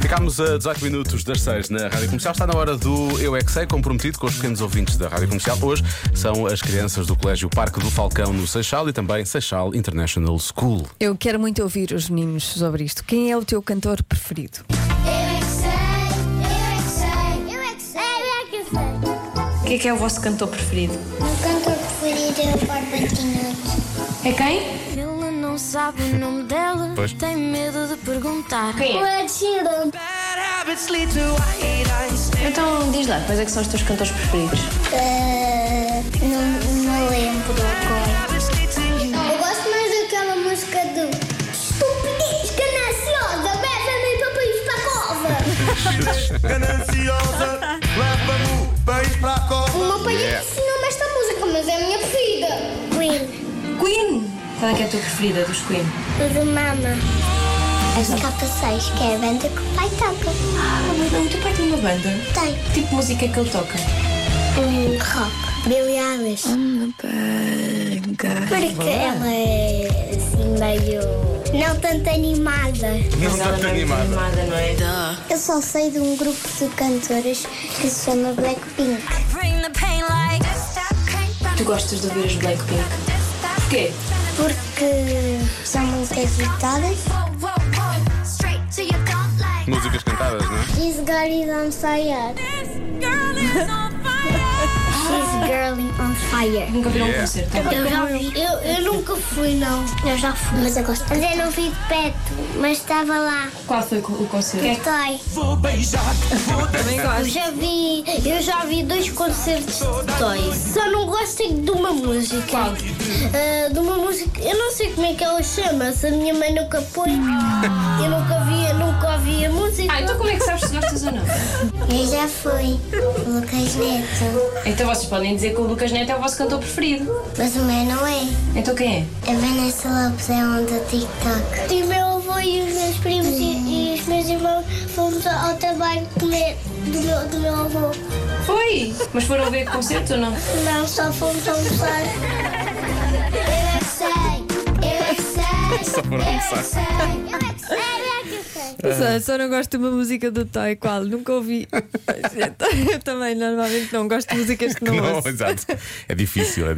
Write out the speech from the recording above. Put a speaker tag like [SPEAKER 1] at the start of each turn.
[SPEAKER 1] Ficámos a 18 minutos das 6 na Rádio Comercial. Está na hora do Eu é que Sei, comprometido com os pequenos ouvintes da Rádio Comercial. Hoje são as crianças do Colégio Parque do Falcão no Seixal e também Seixal International School.
[SPEAKER 2] Eu quero muito ouvir os meninos sobre isto. Quem é o teu cantor preferido?
[SPEAKER 3] O que é que é o vosso cantor preferido?
[SPEAKER 4] Meu cantor preferido é o Barbatinhote.
[SPEAKER 3] É quem?
[SPEAKER 5] Ele não sabe o nome dela,
[SPEAKER 1] Pois.
[SPEAKER 5] tem medo de perguntar.
[SPEAKER 3] Quem
[SPEAKER 4] O
[SPEAKER 3] é?
[SPEAKER 4] Ed Sheeran.
[SPEAKER 3] Então diz lá, quais é que são os teus cantores preferidos?
[SPEAKER 4] Eh, não, não lembro agora. Eu gosto mais daquela música do Estupidez Gananciosa, leva-me papai para a cova.
[SPEAKER 6] Gananciosa, leva-me o país para a cova.
[SPEAKER 4] O meu pai é que ensinou-me esta música, mas é a minha preferida. Queen,
[SPEAKER 3] Queen! Qual é que é a tua preferida dos Queen?
[SPEAKER 4] o do Mama. As capa 6, que é a banda que o pai toca.
[SPEAKER 3] Ah, mas o teu pai tem uma banda.
[SPEAKER 4] Tem
[SPEAKER 3] Que tipo de música é que ele toca?
[SPEAKER 4] um rock. Billie Eilish. Porque ela é assim meio. Não tanto animada.
[SPEAKER 1] Não
[SPEAKER 3] Ela
[SPEAKER 1] tanto
[SPEAKER 3] é muito
[SPEAKER 1] animada.
[SPEAKER 3] animada, não é?
[SPEAKER 4] Eu só sei de um grupo de cantoras que se chama Blackpink.
[SPEAKER 3] Tu gostas de ouvir os Blackpink? Porquê?
[SPEAKER 4] Porque são músicas ditadas.
[SPEAKER 1] Músicas cantadas, não é?
[SPEAKER 4] She's girly on fire. She's girly on fire.
[SPEAKER 3] Nunca viram
[SPEAKER 1] Yeah.
[SPEAKER 3] um concerto?
[SPEAKER 4] Eu, já vi. Eu, eu nunca fui, não. Eu já fui. Mas eu gosto. Mas eu não vi de perto, mas estava lá.
[SPEAKER 3] Qual foi o concerto?
[SPEAKER 4] Gostei.
[SPEAKER 2] Também
[SPEAKER 4] Eu
[SPEAKER 2] gosto.
[SPEAKER 4] já vi, eu já vi dois concertos de Toys. Só não gosto é de uma música.
[SPEAKER 3] Qual?
[SPEAKER 4] Ah, de uma música, eu não sei como é que ela chama, se a minha mãe nunca pôs. Eu nunca vi, eu nunca ouvi a música.
[SPEAKER 3] Ah, então como é que sabes se gostas ou não?
[SPEAKER 4] Eu já fui, Lucas Neto,
[SPEAKER 3] Então vocês podem dizer que o Lucas Neto é o vosso cantor preferido.
[SPEAKER 4] mas o meu não é.
[SPEAKER 3] Então quem é?
[SPEAKER 4] A Vanessa Lopes é um do TikTok. E meu avô e os meus primos e, e os meus irmãos fomos ao trabalho comer do meu, do meu avô.
[SPEAKER 3] Foi! Mas foram ver o concerto ou não?
[SPEAKER 4] Não, só fomos almoçar. Eu é que sei, eu é que sei. Só
[SPEAKER 1] foram almoçar.
[SPEAKER 4] Eu é que sei, eu é que sei.
[SPEAKER 2] Só, só não gosto de uma música do Toy, qual? Nunca ouvi. Eu também normalmente não gosto de músicas que não, ouço.
[SPEAKER 1] exato. É difícil, é